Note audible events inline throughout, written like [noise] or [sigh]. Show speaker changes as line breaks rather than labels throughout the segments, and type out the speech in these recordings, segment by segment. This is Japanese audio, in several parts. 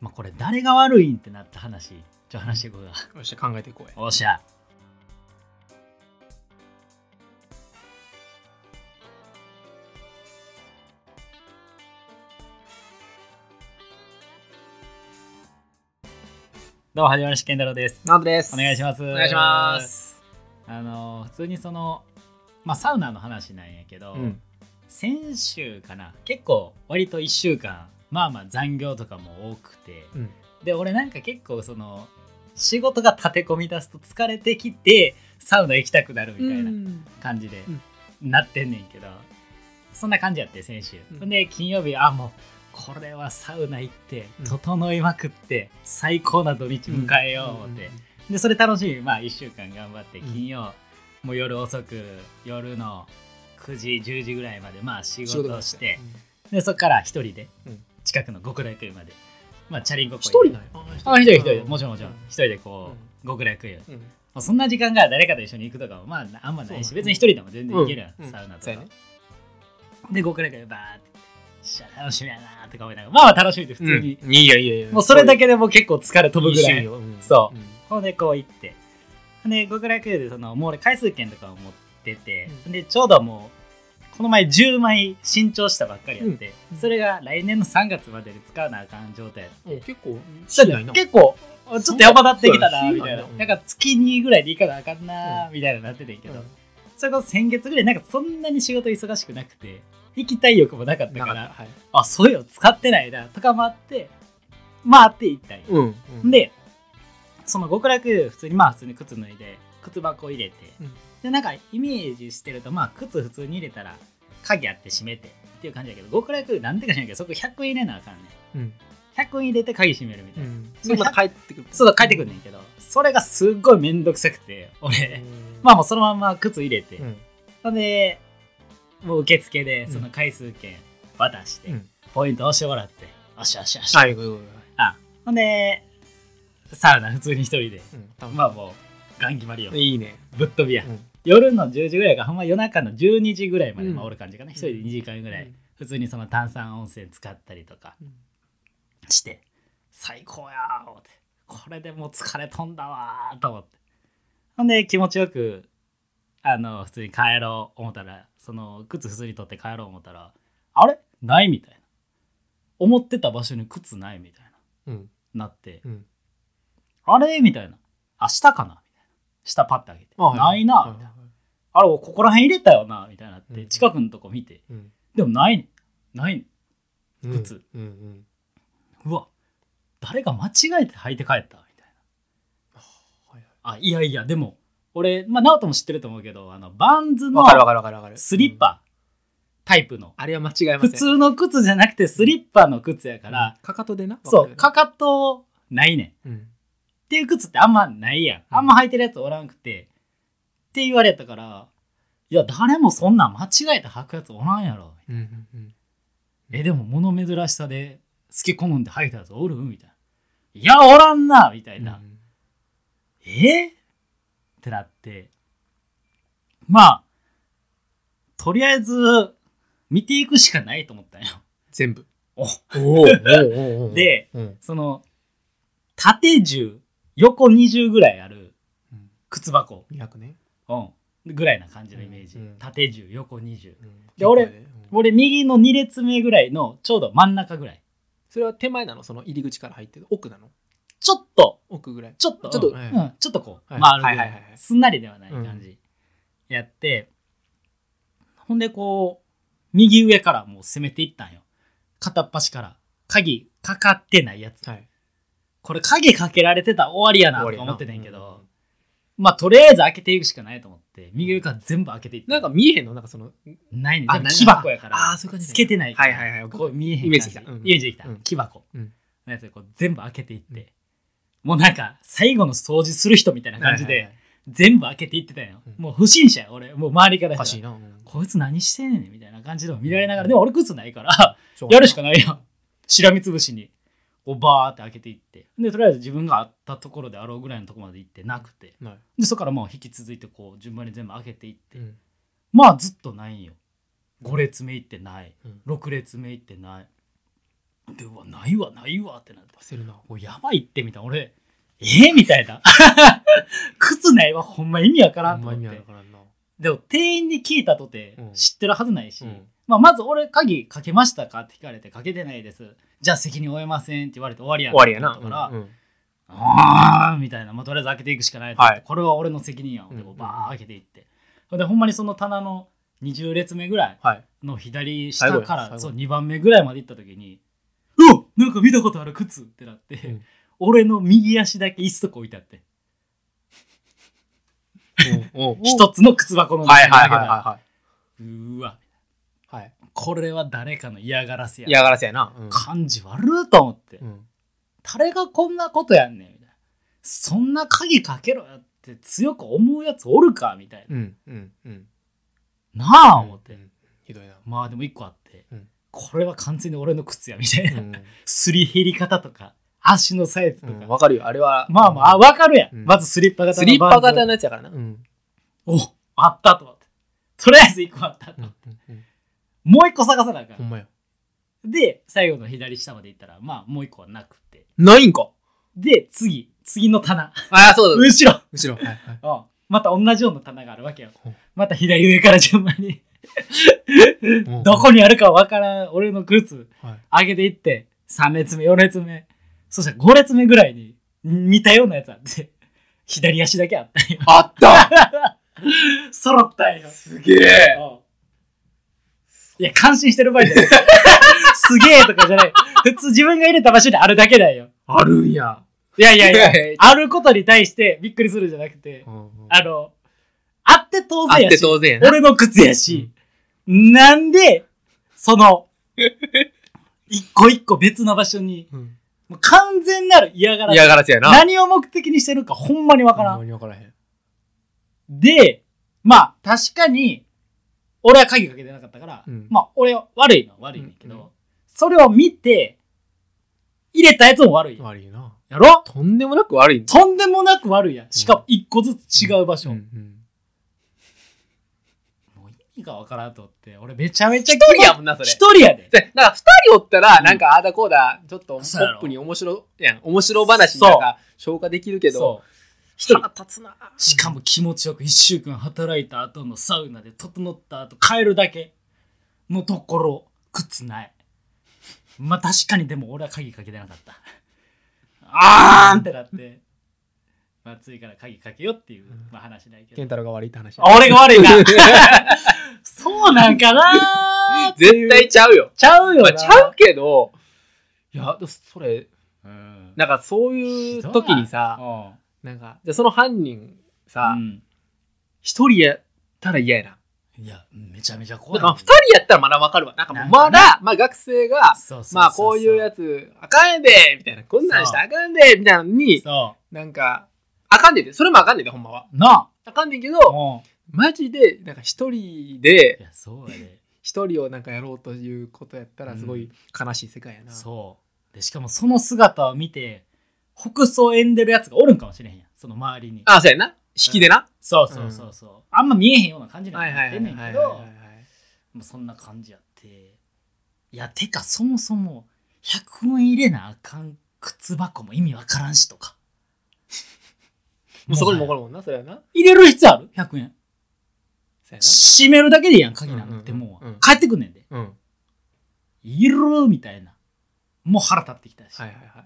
まあ、これ誰が悪いんってなった話ちょ話していこうか
よっしゃ考えていこうや
おっしゃどうもはじめまして健太郎です
なんでです
お願いしますお
お願いします
あの普通にそのまあサウナの話なんやけど、
うん
先週かな結構割と1週間まあまあ残業とかも多くて、
うん
で俺なんか結構その仕事が立て込み出すと疲れてきてサウナ行きたくなるみたいな感じで、
うん
なってんねんけどそんな感じやって先週、
うん
ほん、で金曜日あもうこれはサウナ行って
うん
整いまくって最高な土日迎えよう思って、でそれ楽しみまあ1週間頑張って
うん
金曜、もう夜遅く夜の9時10時ぐらいまでまあ仕事をしてでそっから一人で
うん
近くの極楽湯までまあチャリンコこいで
一人なんや
あ一人一人もちろんもちろん一人でこう、極楽湯、ま
うん
あ、そんな時間が誰かと一緒に行くとかもまああんまないし
そうね
別に一人でも全然行けるやん、
うん
サウナと
そ
か、
うやね
で極楽湯バーってしゃ楽しみやなーとか思いながらまあまあ楽しみで普通に、
うんいいよいいよいいよ
もうそれだけでもう結構疲れ飛ぶぐらい
いい趣味ようん
そ
うん
ほんでこう行ってで極楽湯でそのもう俺回数券とかを持ってて、
う
でちょうどもうこの前10枚新調したばっかりやって、
うん
それが来年の3月までで使わなあかん状態やって、
うん結構
そ
し
う
な
だ
いな
ね結構 [laughs] ちょっとやばなってきたな
そう
み
だ
た
ね
いな
そうだね
なんか月2ぐらいでいかなあかんな
う
みたいななっててんけど、
うん
それこそ先月ぐらいなんかそんなに仕事忙しくなくて行きたい欲もなかったか
なからったはい
あそうよ使ってないなとかもあって回って行ったり、
うんうん
でその極楽普通にまあ普通に靴脱いで靴箱入れて、
うん
でなんかイメージしてるとまあ靴普通に入れたら鍵あって閉めてっていう感じだけど極楽なんてか知らんけどそこ100円入れなあかんね
うん
ん100円入れて鍵閉めるみた
う
いな、
んそれまた帰ってくる
そうだ帰ってくんねんけどそれがすっごいめんどくさくて俺、
うん
まあもうそのまんま靴入れて、
うん
ほんでもう受付で
うん
その回数券渡して、
うん
ポイント押してもらってよしよしよし、
はいごめんごめんごめん
あほんでサウナ普通に一人で
うん多分
まあもう、ガン決まりよ。
いいね
ぶっ飛びや。
うん
夜の10時ぐらいか、ほんま夜中の12時ぐらいまで、
うん
まあ、おる感じかな。一人で2時間ぐらい、普通にその炭酸温泉使ったりとか
うん
して、最高やー思って。これでもう疲れ飛んだわーと思って。ほんで、気持ちよく、あの、普通に帰ろう思ったら、その、靴普通に取って帰ろう思ったら、あれないみたいな。思ってた場所に靴ないみたい
うん
な。なって、
うん
あれみたいな。明日かなみたいな。下パッてあげて。
あはい
ないな、
はい
みたいな。あれ、ここら辺入れたよなみたいになって、
うん
近くのとこ見て。
うん
でもないねんないねん
うん
靴
うんうん
うわ、誰が間違えて履いて帰ったみたい
はいはい
な。あ、いやいや、でも、俺、まあ、ナオトも知ってると思うけど、あの、バンズの
わかるわかるわかるわかる
スリッパタイプの。
あれは間違いませ
普
ん
通の靴じゃなくてスリッパの靴やから、
かかとでな
そう、
か
かかとないねん。
うん
っていう靴ってあんまないやん。あんま履いてるやつおらんくて。って言われたから、いや、誰もそんなん間違えて履くやつおらんやろ。
うんうんうん
え、でも物珍しさで透け込むんで履いたやつおるみたいな。いや、おらんなみたいな。
うん
えーってなって。まあ、とりあえず、見ていくしかないと思ったんよ。
全部
お
おお
で、
うん
その、縦10、横20ぐらいある
うん
靴箱。
200ね
うん、ぐらいな感じのイメージ、
うんうん
縦10横20
うん
で俺
うん
俺右の2列目ぐらいのちょうど真ん中ぐらい
それは手前なのその入り口から入ってる奥なの
ちょっと
奥ぐらい
ちょっと
ちょっと
うん
はい
うんちょっとこう、
は
回る
い
ぐらい、
はいはいはいはい
すんなりではない感じ、やってほんでこう右上からもう攻めていったんよ片っ端から鍵かかってないやつ
はい
これ鍵かけられてたら終わりやなとか思ってたんやけ
終わり
ど
やな、
まあとりあえず開けていくしかないと思って右上から全部開けていった
なんか見えへんのなんかその
ないね
あ
全部
ない
木箱やから
あーそういう感じね
つけてないから
はいはいはい
こう見えへん
イメージできた
感
うん
じイメージできた、
うん
木箱
うん
のやつでこう全部開けていって、もうなんか最後の掃除する人みたいな感じ
はいはい
で
はい
全部開けていってたよ、
うん
もう不審者や俺もう周りからした
おからしいなうん
こいつ何してんねんみたいな感じでも見られながら、でも俺靴ないから
しょうがな
や
い
るしかないやんしらみつぶしにこうバーって開けていってでとりあえず自分があったところであろうぐらいのところまで行ってなくて
ない
でそこからもう引き続いてこう順番に全部開けていって、
うん
まあずっとないんよ5列目行ってない
うん
6列目行ってないでうわないわないわってなって
焦るな。
もうやばいってみたいな俺えー、みたいな [laughs] 靴ないわほんま意味わからんと
ま
思っ
意味あ
て
るからんな。
でも店員に聞いたとて
うん
知ってるはずないし、
うん。
まあ、まず俺鍵かけましたかって聞かれてかけてないですじゃあ責任負えませんって言われて終わりや
終わりやな。
だから、
うんうん
あーみたいな、まあ、とりあえず開けていくしかないと思って、
はい
これは俺の責任やんってこ
うんうんう
うんバーッ開けていって、でほんまにその棚の20列目ぐらい
はい。
の左
最
下
後
か
や最後
らそう2番目ぐらいまで行った時に「うわなんか見たことある靴!」ってなって、
うん
俺の右足だけ椅子とか置いてあって
おうおう
一つの靴箱の
は
中
い
に投
はい
げた
はい
ら、
は
うーわ
い。はい。
これは誰かの嫌がらせや
嫌がらせやな。うん
感じ悪いと思って、
うん。
誰がこんなことやんねんみたいなそんな鍵かけろよって強く思うやつおるかみたいな、
うん。うん。うん。
なあ思って、
うん。ひどいな。
まあでも一個あって、
うん
これは完全に俺の靴やみたいな、
うん
すり減り方とか足のサイズと
う
か、
ん。わかるよ。あれは。
まあまああ
うん
分かるやん、
うん
まずスリッパ型
スリッパ型
の
のやつやからな。うん。
バンズおあったと思ってとりあえず一個あったと
う
思っ
ん
て、
うんうん
もう一個探さなあか
ほ
ん、
んまや。
で最後の左下まで行ったらまあもう一個はなくて
ないんか。
で次次の棚
ああ、そうだ。
後ろ
後ろ。はいはい。
うんまた同じような棚があるわけよ
ほう。
また左上から順番に、
うん
どこにあるかわからん俺の靴
は
上
い。
げていって、3列目、4列目、そしたら5列目ぐらいに似たようなやつあって、 [laughs] 左足だけあったんよ。
あった
揃ったんよ。
すげえ
うんいや、感心してる場合じゃない。 [laughs] すげえとかじゃない。普通自分が入れた場所にあるだけだよ。
あるんや。
いやいやいや
いやいや、
あることに対してびっくりするじゃなくて、あの、あって当
あ
然や
っ。
して
当然やな。
俺の靴やし、なんで、その、一個一個別の場所に、
うん
もう完全なる嫌がらせ。
嫌がらせやな。
何を目的にしてるかほんまにわから
ほんま
ん。
にわからへん。
で、まあ確かに、俺は鍵かけてなかったから、
うん
まあ俺は悪いのは悪いねんだけど、
うんうん
それを見て、入れたやつも悪いやん
悪いな。
やろ
とんでもなく悪いんだ
とんでもなく悪いやん。しかも一個ずつ違う場所。
うんうん
もう意味がわからんと思って、俺めちゃめちゃ
一人やもんな、それ。
一人やで。
でだから二人おった
う
ら、
ん
なんかああだこうだ、ちょっとポ
そうやろ
ップに面白いやん、面白話になんか消化できるけど、
そう。
一人立つな。
しかも気持ちよく1週間働いた後のサウナで整った後帰るだけのところ靴ないまあ確かにでも俺は鍵かけてなかったあーんってなってまあ次から鍵かけよっていう、まあ、話ないけ
健
ど
太郎が悪いって話。
あ俺が悪いな
[laughs]
そうなんかなーっていう
絶対ちゃうよ。
ちゃうよ
ま
な、
あちゃうけど、いや、それ、
うん
なんかそういう時にさ、なんか、じゃあその犯人
う
さ、
ん
一人やったら嫌やな。
いやめちゃめちゃ
な
怖い
んか二人やったらまだわかるわ。なんかもうまだ、まあ学生が、
そうそうそうそう
まあこういうやつ、あかんやでみたいな、こんなんしてあかんでみたいなのに、
そ
なんか、あかんねんで、それもあかんねんで、ほんまは。
うな
あかんねんけど
あ、も
マジで、なんか一人
うい
で、
やそうやで
一人をなんかやろうということやったら、すごい悲しい世界やな。
そうでしかもその姿を見て北総演でるやつがおるんかもしれへんやんその周りに
あ、そうやな。引きでな。
そうそうそうそう、あんま見えへんような感じになってんねんけどもうそんな感じやっていやてかそもそも100円入れなあかん靴箱も意味わからんしとか
[laughs] もうそこにも
も
分か
は
るもんな、それはな。
や入れる必要ある100円
そう
閉めるだけでいいやん鍵なんて
うんうんうん
もう、
うん
帰ってくんねんで
やな。うん。
いるみたいなもう腹立ってきたし、
はいはいは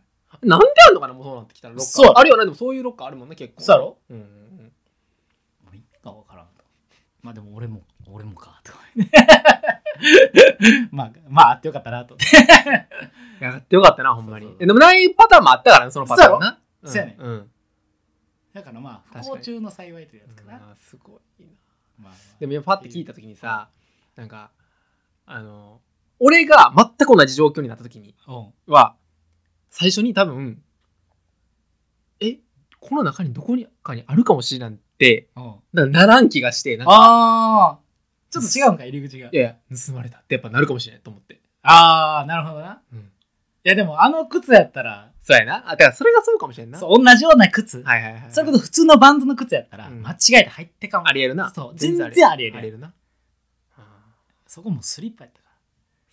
い。なんであんのかな、もうそうなってきたら、ロッカ
そう
ー。あるよね、でもそういうロッカーあるもんね、結構。
そうやろ
うんうん
もう意味がわからんと。まあでも俺も、俺もかと。 [laughs] まあ、まああってよかったなと。
うん。やってよかったな、ほんま
そう
に
そ。う
えでもないパターンもあったからね、そのパターンな。
そうやろ
んうん。
だからまあ、
確かに
不幸中の幸いというやつかな。
うんすごいな。
まあ、
でもやっぱパッて聞いた時にさなんかあの俺が全く同じ状況になった時に
も、
は最初に多分えこの中にどこにかにあるかもしれないなんて
うん。うん。
なならん気がしてなんか
ああちょっと違うんか、入り口が
い。やいや盗まれたってやっぱなるかもしれないと思って、
ああなるほどな。
うん、
いやでも、あの靴やったら、
そうやなあだからそれがそうかもしれんな
そう、同じような靴。
はいはいはい
それこそ普通のバンズの靴やったら、
うん
間違えて入ってかも
あ。りえるな
そう
あ
全然ありえる
ありえるなあ
そこもスリッパやったから。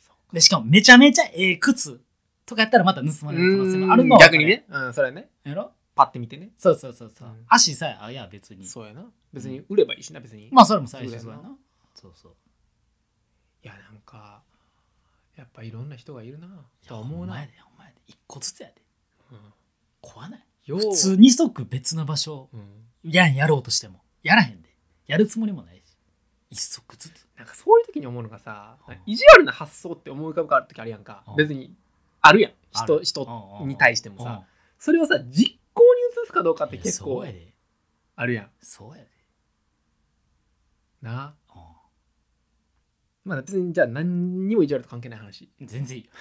ーそうか
で、しかもめちゃめちゃええ靴とかやったらまた盗まれる可能性
う
も
ん
あるのは
逆にね。うん、それはね。
やろ
パッて見てね。
そうそうそうそう、
うん
足さえあいや別に
そうやな。別に売ればいいしな、別に。
まあそれも最初そ
そ
う
う
や
だよな
なそうそう
いや、なんか、やっぱいろんな人がいるな。
いや
と思う
お前
な
で。お前で一個ずつやで
うん
壊ない
よう
普通2足別の場所
うん
やんやろうとしてもやらへんでやるつもりもないし一足ずつ
なんかそういう時に思うのがさ
うん、
意地悪な発想って思い浮かぶ時あるやんか
うん。
別に、あるやん。
あ
人、
る
人
うんうん
に対しても
うん
さ。それをさ、実行に移すかどうかって
いや
結
そう
構
やで
あるやん。
そうやで、
な
う
まあ別にじゃあ何にも意地悪と関係ない話。
ん、全然いいよ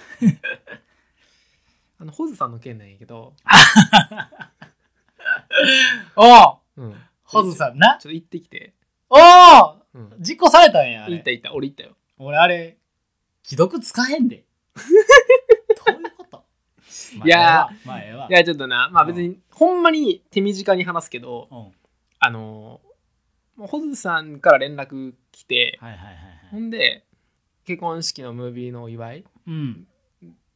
あの、ホズさんの件なんやけど、
おお
うん。ち
ホズさんな
ょっと行ってきて。
おお
うん。
実行されたんやあ
行っ
れ
た行った、俺行ったよ。
俺あれ既読つかへんで [laughs] どういうことまあ
いや
ええわまあええわ
いや、ちょっとな、まあ別に、ほんまに手短に話すけど、
うんはい
あのー、もうホズさんから連絡来て、
はいはいは
ほ
い
んで、結婚式のムービーのお祝い
うん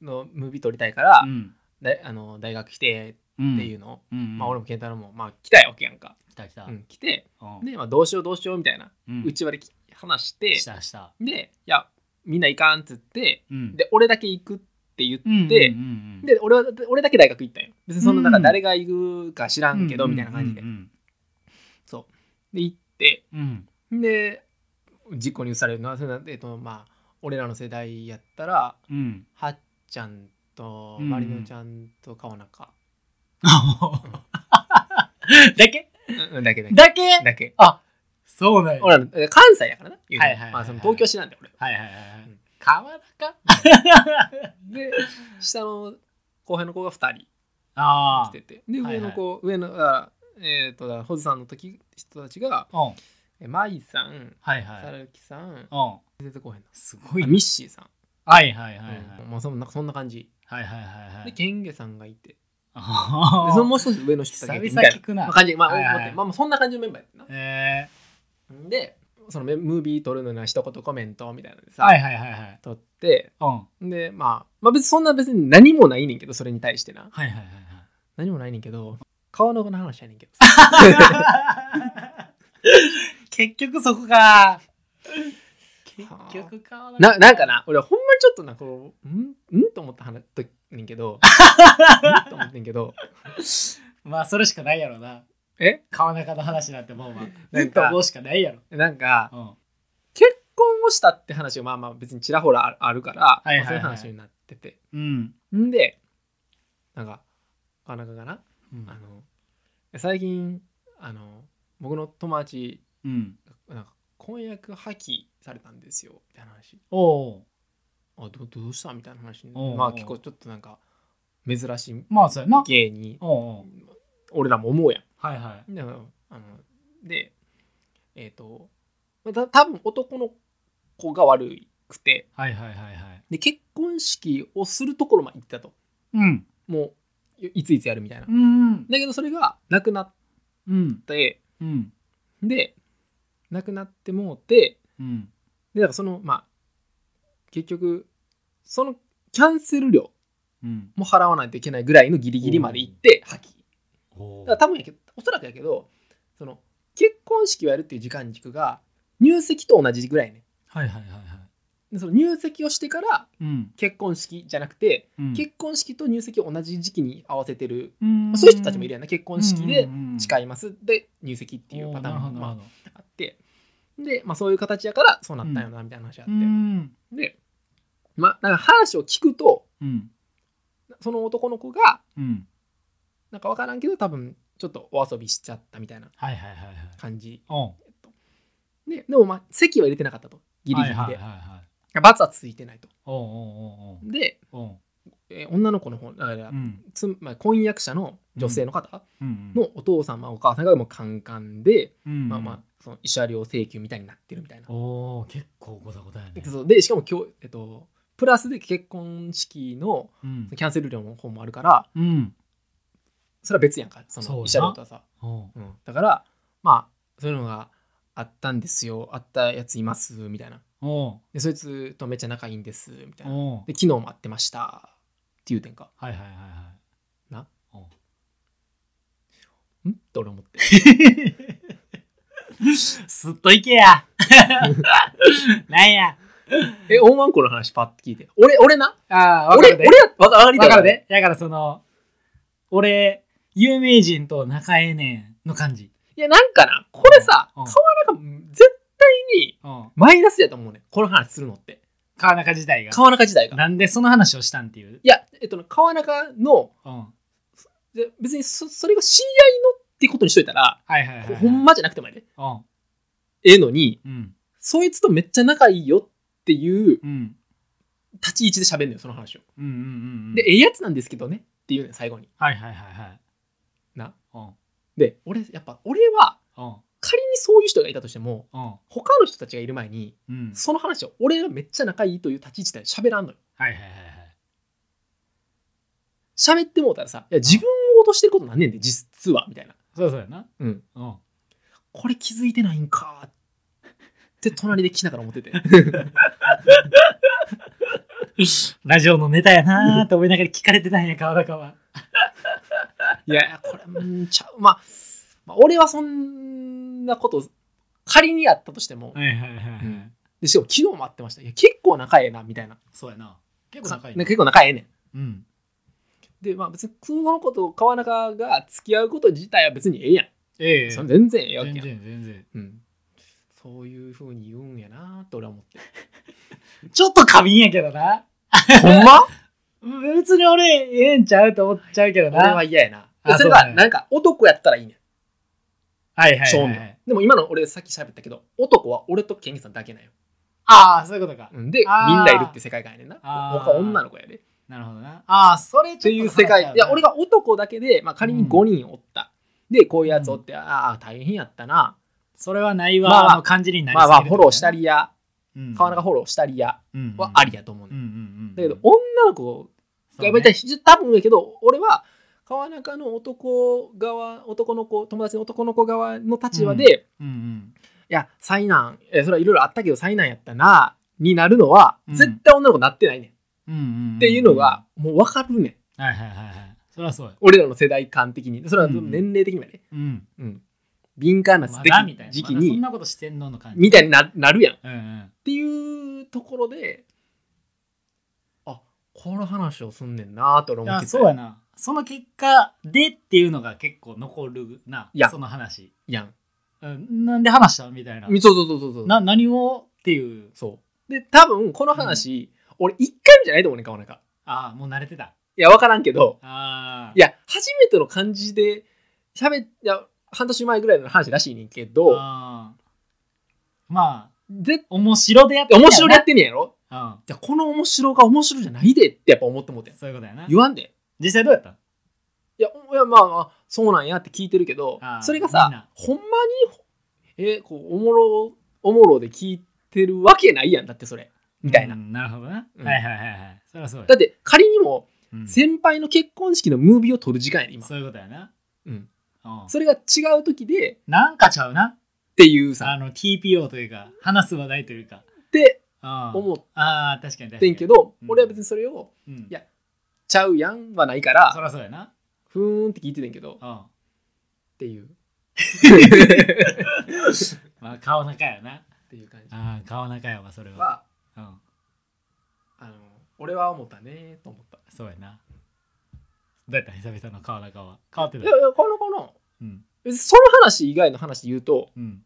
のムービー撮りたいから、
うん
だいあの大学来て
うん
っていうのを、
うんうん
まあ俺も健太郎も、まあ来たいわけやんか。
来た来た
うん、来て、
うん
で、まあどうしようどうしようみたいな、
うん
内割りき話して、
したした
で、いや、みんな行かんっつって、
うん
で、俺だけ行くって言って、
うんうんうんうん
で俺は俺だけ大学行ったんよ別にそんななんか
うん
誰が行くか知らんけど、みたいな感じで、
うん
そうで行って
うんうん
で実行に移されるのはそれなんでえっとまあ俺らの世代やったら
うん
[laughs]
うん
はっちゃんと
うん
まりのちゃんと川中、
だけ
うんうんだけだけ
だけ
だけ
あそうなんや
俺らのえ関西やからな言うても
はいはいはいはい
まあその東京市なんだよ俺
はいはいはいは
う
い
ん
川
[laughs]
中
で下の後輩の子が2人
ああ
来ててで
はいはい
上の子、上のあえっ、とだホズさんの時人たちが
うんはい
え舞さん
はい
さ
う
るきさん
ん
出てこへんの
すごい
ミッシーさん、
はいはいはいはい
うんまあ、そんなそんな感じ、
はいはいはいはい
でケンゲさんがいてで
あー
そのもう一つ上の人
久
だ
々
けみたいな
聞くな
まあ感じまあ、
はいはい
思ってまあ、まあそんな感じのメンバーやった
え
なでそのメムービー撮るのには一言コメントみたいなので
ー
さ、
はいはいはいはい
撮って
うんはい
でまあまあ別にそんな別に何もないねんけどそれに対してな
はいはいはい
何もないねんけど顔の子の話やねんけど
[laughs]
[laughs]
結局そこか結局か
ななんかな俺ほんまにちょっとなこうんんと思った話とねん
[laughs]
けどんと思ってんけど
まあそれしかないやろな
え
川中の話なんてもうまあ
な
うんん
か
と思うしかないやろ
なんか
うんは
結婚をしたって話がまあまあ別にちらほらああるから、
はいはいはい
まあそういう話になってて
うん
んでなんかなかなかかな、
うん
あの最近あの僕の友達
うん
なんか婚約破棄されたんですよみたいな話
おお
あどどうしたみたいな話に
おうおう
まあ結構ちょっとなんか珍しい
まあそうやな
芸に
おお
俺らも思うや
はいはい
んであのあのでえっ、とまあた多分男の子が悪くて
はいはいはいはい
で結婚式をするところまで行ったと
うん
もういいついつやるみたいな、だ
うん
けどそれがなくなっ
うん
て
うん
でなくなってもうて
うん
でだからそのまあ結局そのキャンセル料
うん
も払わないといけないぐらいのギリギリまで行って破棄
お
だから多分やけどおそらくやけどその結婚式をやるっていう時間軸が入籍と同じぐらいね
はいはいはいは
でその入籍をしてから
いうん
結婚式じゃなくて、
うん
結婚式と入籍を同じ時期に合わせてる
うん
そういう人たちもいるやんな結婚式で
いっ
誓いますで入籍っていうパターンも
なるほどなる
ま
ほど
ああってで、まあ、そういう形やからそうなったよなみたいな話があ
う
っ
ん
てで、まあ、なんか話を聞くと
うん
その男の子が
うん
なんか分からんけど多分ちょっとお遊びしちゃったみたいな
はいはいはいはい
感じ
おん
ででもまあ席は入れてなかったとギリギリで、
はいはいはいはい
罰はついてないと
おんおんおん
で、
おんおん
えー女の子の方だから、
うん
つまあ、婚約者の女性の方
うん
のお父様、お母さんがもうカンカンで、
うん
まあまあその慰謝料請求みたいになってるみたいな
おお結構ごたごたやね
そうでしかも今日、えっと、プラスで結婚式の
うん
キャンセル料の方もあるから
うん
それは別やんかそ
そうや
の
な
慰謝料とはさ、
おう
うんだからまあそういうのがあったんですよあったやついますみたいな
おう
でそいつとめっちゃ仲いいんですみたいな
おう
で昨日も会ってましたって言うてんか
はいはいはいは
ない
おう
「ん?」って俺思って
すっといけや [laughs] なんや
え大まんこの話パッて聞いて俺俺な
ああ、
俺俺やわかわかりた
わ
い
かるで。だからその、俺、有名人と仲ええねんの感じ。
いやなんかなこれさ
うん
川中絶対に
うん。
マイナスやと思うねんこの話するのって
川中時代が。
川中時代が
なんでその話をしたんっていう。
いや、えっとね、川中の
うん。は
で別にそそれが知り合いのってことにしといたら、
いはいはい、はい。
ほんまじゃなくてもやで
ま。
ええのに
うん。うん。
そいつとめっちゃ仲いいよっていう
うん。
立ち位置で喋んのよその話を、
うんうんうん。
でええやつなんですけどねっていうねん最後に
はいはいはいはい。
な
うん。
で俺やっぱ俺は
うん。
仮にそういう人がいたとしても
うん。
他の人たちがいる前に
うん。
その話を俺はめっちゃ仲いいという立ち位置で喋らんのよ
はいはいはいはい。
喋ってもうたらさいや自分を落としてることなんねんで実はみたいな
そうそうやな。
うん
うん。
これ気づいてないんかーって隣で聞きながら思ってて
ラジオのネタやなーって思いながら聞かれてたんや、川中は。
いやいやこれうんちゃう、まあ、まあ俺はそんなこと仮にやったとしても、
はいはいはいはい。
うんでしかも昨日も会ってましたいや結構仲ええなみたいな
そうやな。結
結
構
構
仲
仲
い
い
い
い
ね。
ねん
うん。
でまあ別にその子と川中が付き合うこと自体は別にええやん、
ええ
それ全然ええわけ
全
やん、
然全然。
うん、そういうふうに言うんやなって俺は思って
ちょっと過敏やけどな。
ほんま
別に俺、ええんちゃうと思っちゃうけどな。
[laughs] 俺は嫌やなで
あ
それ
そう
が
ね
なんか男やったらいいねん
はいはいはい、
正面でも今の俺さっき喋ったけど男は俺とケンギさんだけなんよ
ああ、そういうことか。
うんでみん
あー
ないるって世界観やねんな
あー
他女の子やで
なるほどな。ああ、それ
という世界いや俺
が。
が男だけで、まあ、仮に5人おった、でこういうやつおって、ああ大変やったな
それはないわ、
まあまあ
の感じになり
まあまあフォローした
り、
りや
うん、
川中フォローしたりやはありやと思う
う
ね
ん
ん
うんうん。
だけど女の子
そう
が
ね
やっぱり多分やけど俺は川中の男側男の子友達の男の子側の立場で、い
うんうん。
や災難えそれはいろいろあったけど災難やったなになるのは、
うん
絶対女の子なってないねんっ
うんうんん
ていうのが、もう分かるねん
はいはいはいはい。それはそうよ。
俺らの世代間的にそれは
うん
年齢的にもやね、
うん。
うん、敏感な
まだみたいな。
時期
まだそ
に
ん、なことしてんのの感じ。
みたいにななるやんっ
うんうん。
ていうところであこの話をすんねんなーと俺
い
思っ
や
て
そうやな。その結果でっていうのが結構残るな、
いや
その話。
やん
うん、なんで話したみたいな。
そうそうそうそうそう
な何をっていう。
そうで多分この話、俺一回目じゃないと思うねんかなんか
ああ、もう慣れてた。
いや分からんけど
ああ。
いや初めての感じで喋っいや半年前ぐらいの話らしいねんけど
あーまあ、
絶
面白でやって。
対面白でやっててんねんやろ
うん。
いやこの面白が面白じゃないでってやっぱ思ってもうてん
そういうことやな。
言わんで
実際どうやった
いやおいやまあまあそうなんやって聞いてるけど
あー
それが
みんな
さほんまにえーこうおもろおもろで聞いてるわけないやんだってそれみたいな、
うんなるほどな。
うん
はいはいはいはい。それはそうや
だ。って仮にも
うん
先輩の結婚式のムービーを撮る時間やね今、
そういうことやな。
うん、
うん
それが違う時で
なんかちゃうな。
っていう
あ
さ
の TPO というか、話す話題というか。
って
思
思
っ
って
ああ、確かに確か
て
に。
んけど
うん
俺は別にそれを
うん、い
いや
や、
ちゃうやんはないか
そり
ら
ゃそうやな。
ふーんって聞いててんけどっ
うん。ま
ていう
あ、顔中やな。
っていう感じ
ああ、顔中やわ、それは。
は
うん。
あの俺は思ったねーと思った
そうやな。どうやった久々の顔中は。変わって
い
た
やい。やこのこの
うん。
その話以外の話で言うと
うん。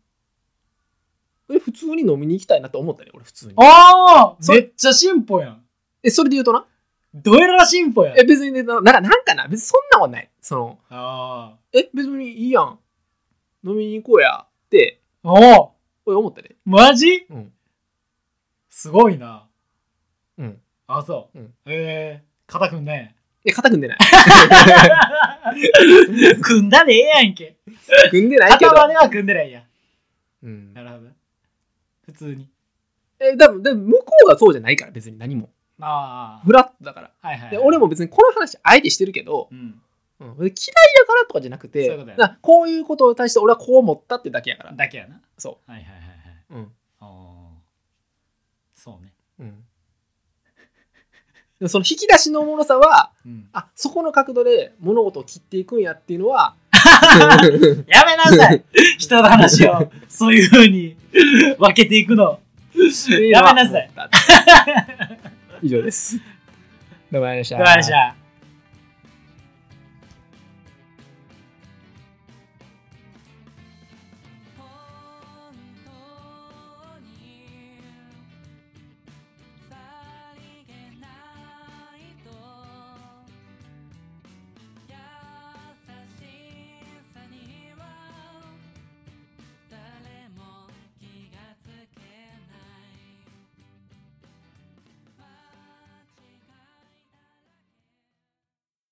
え普通に飲みに行きたいなと思ったね俺普通に
あ
そ
めっちゃ進歩やん。
えそれで言うとな
どえらら進歩やん
え。別にねななんかなんかな別にそんなことないその
ああ。
え別にいいやん飲みに行こうやって
おお
俺思ったね
マジ
うん
すごいな。
うん
あ、そう。
うん
ええ肩組んだんや
え肩組んでない
[laughs] 組んだでええやんけ。
組んでないけ
肩 [laughs]
ど、
までは組んでないやん。
うん
な、るほど。普通に。
え多分でも向こうがそうじゃないから別に何も
あ
フラットだから
あ。はいはい。
で俺。も別にこの話あえてしてるけど、
うん。
うん、嫌いやからとかじゃなくて
そういうことやな
なこういうことに対して俺はこう思ったってだけやから
だけやな。
そ
はいはいはいはい。
ううん [laughs]
おーそうね。
うんもその引き出しのおもろさは、
うん
あ、そこの角度で物事を切っていくんやっていうのは、
[laughs] やめなさい人の話をそういうふうに分け [laughs] ていくの [laughs] やめなさい。 [laughs]
以上です。どうもありがとうございました
どうでした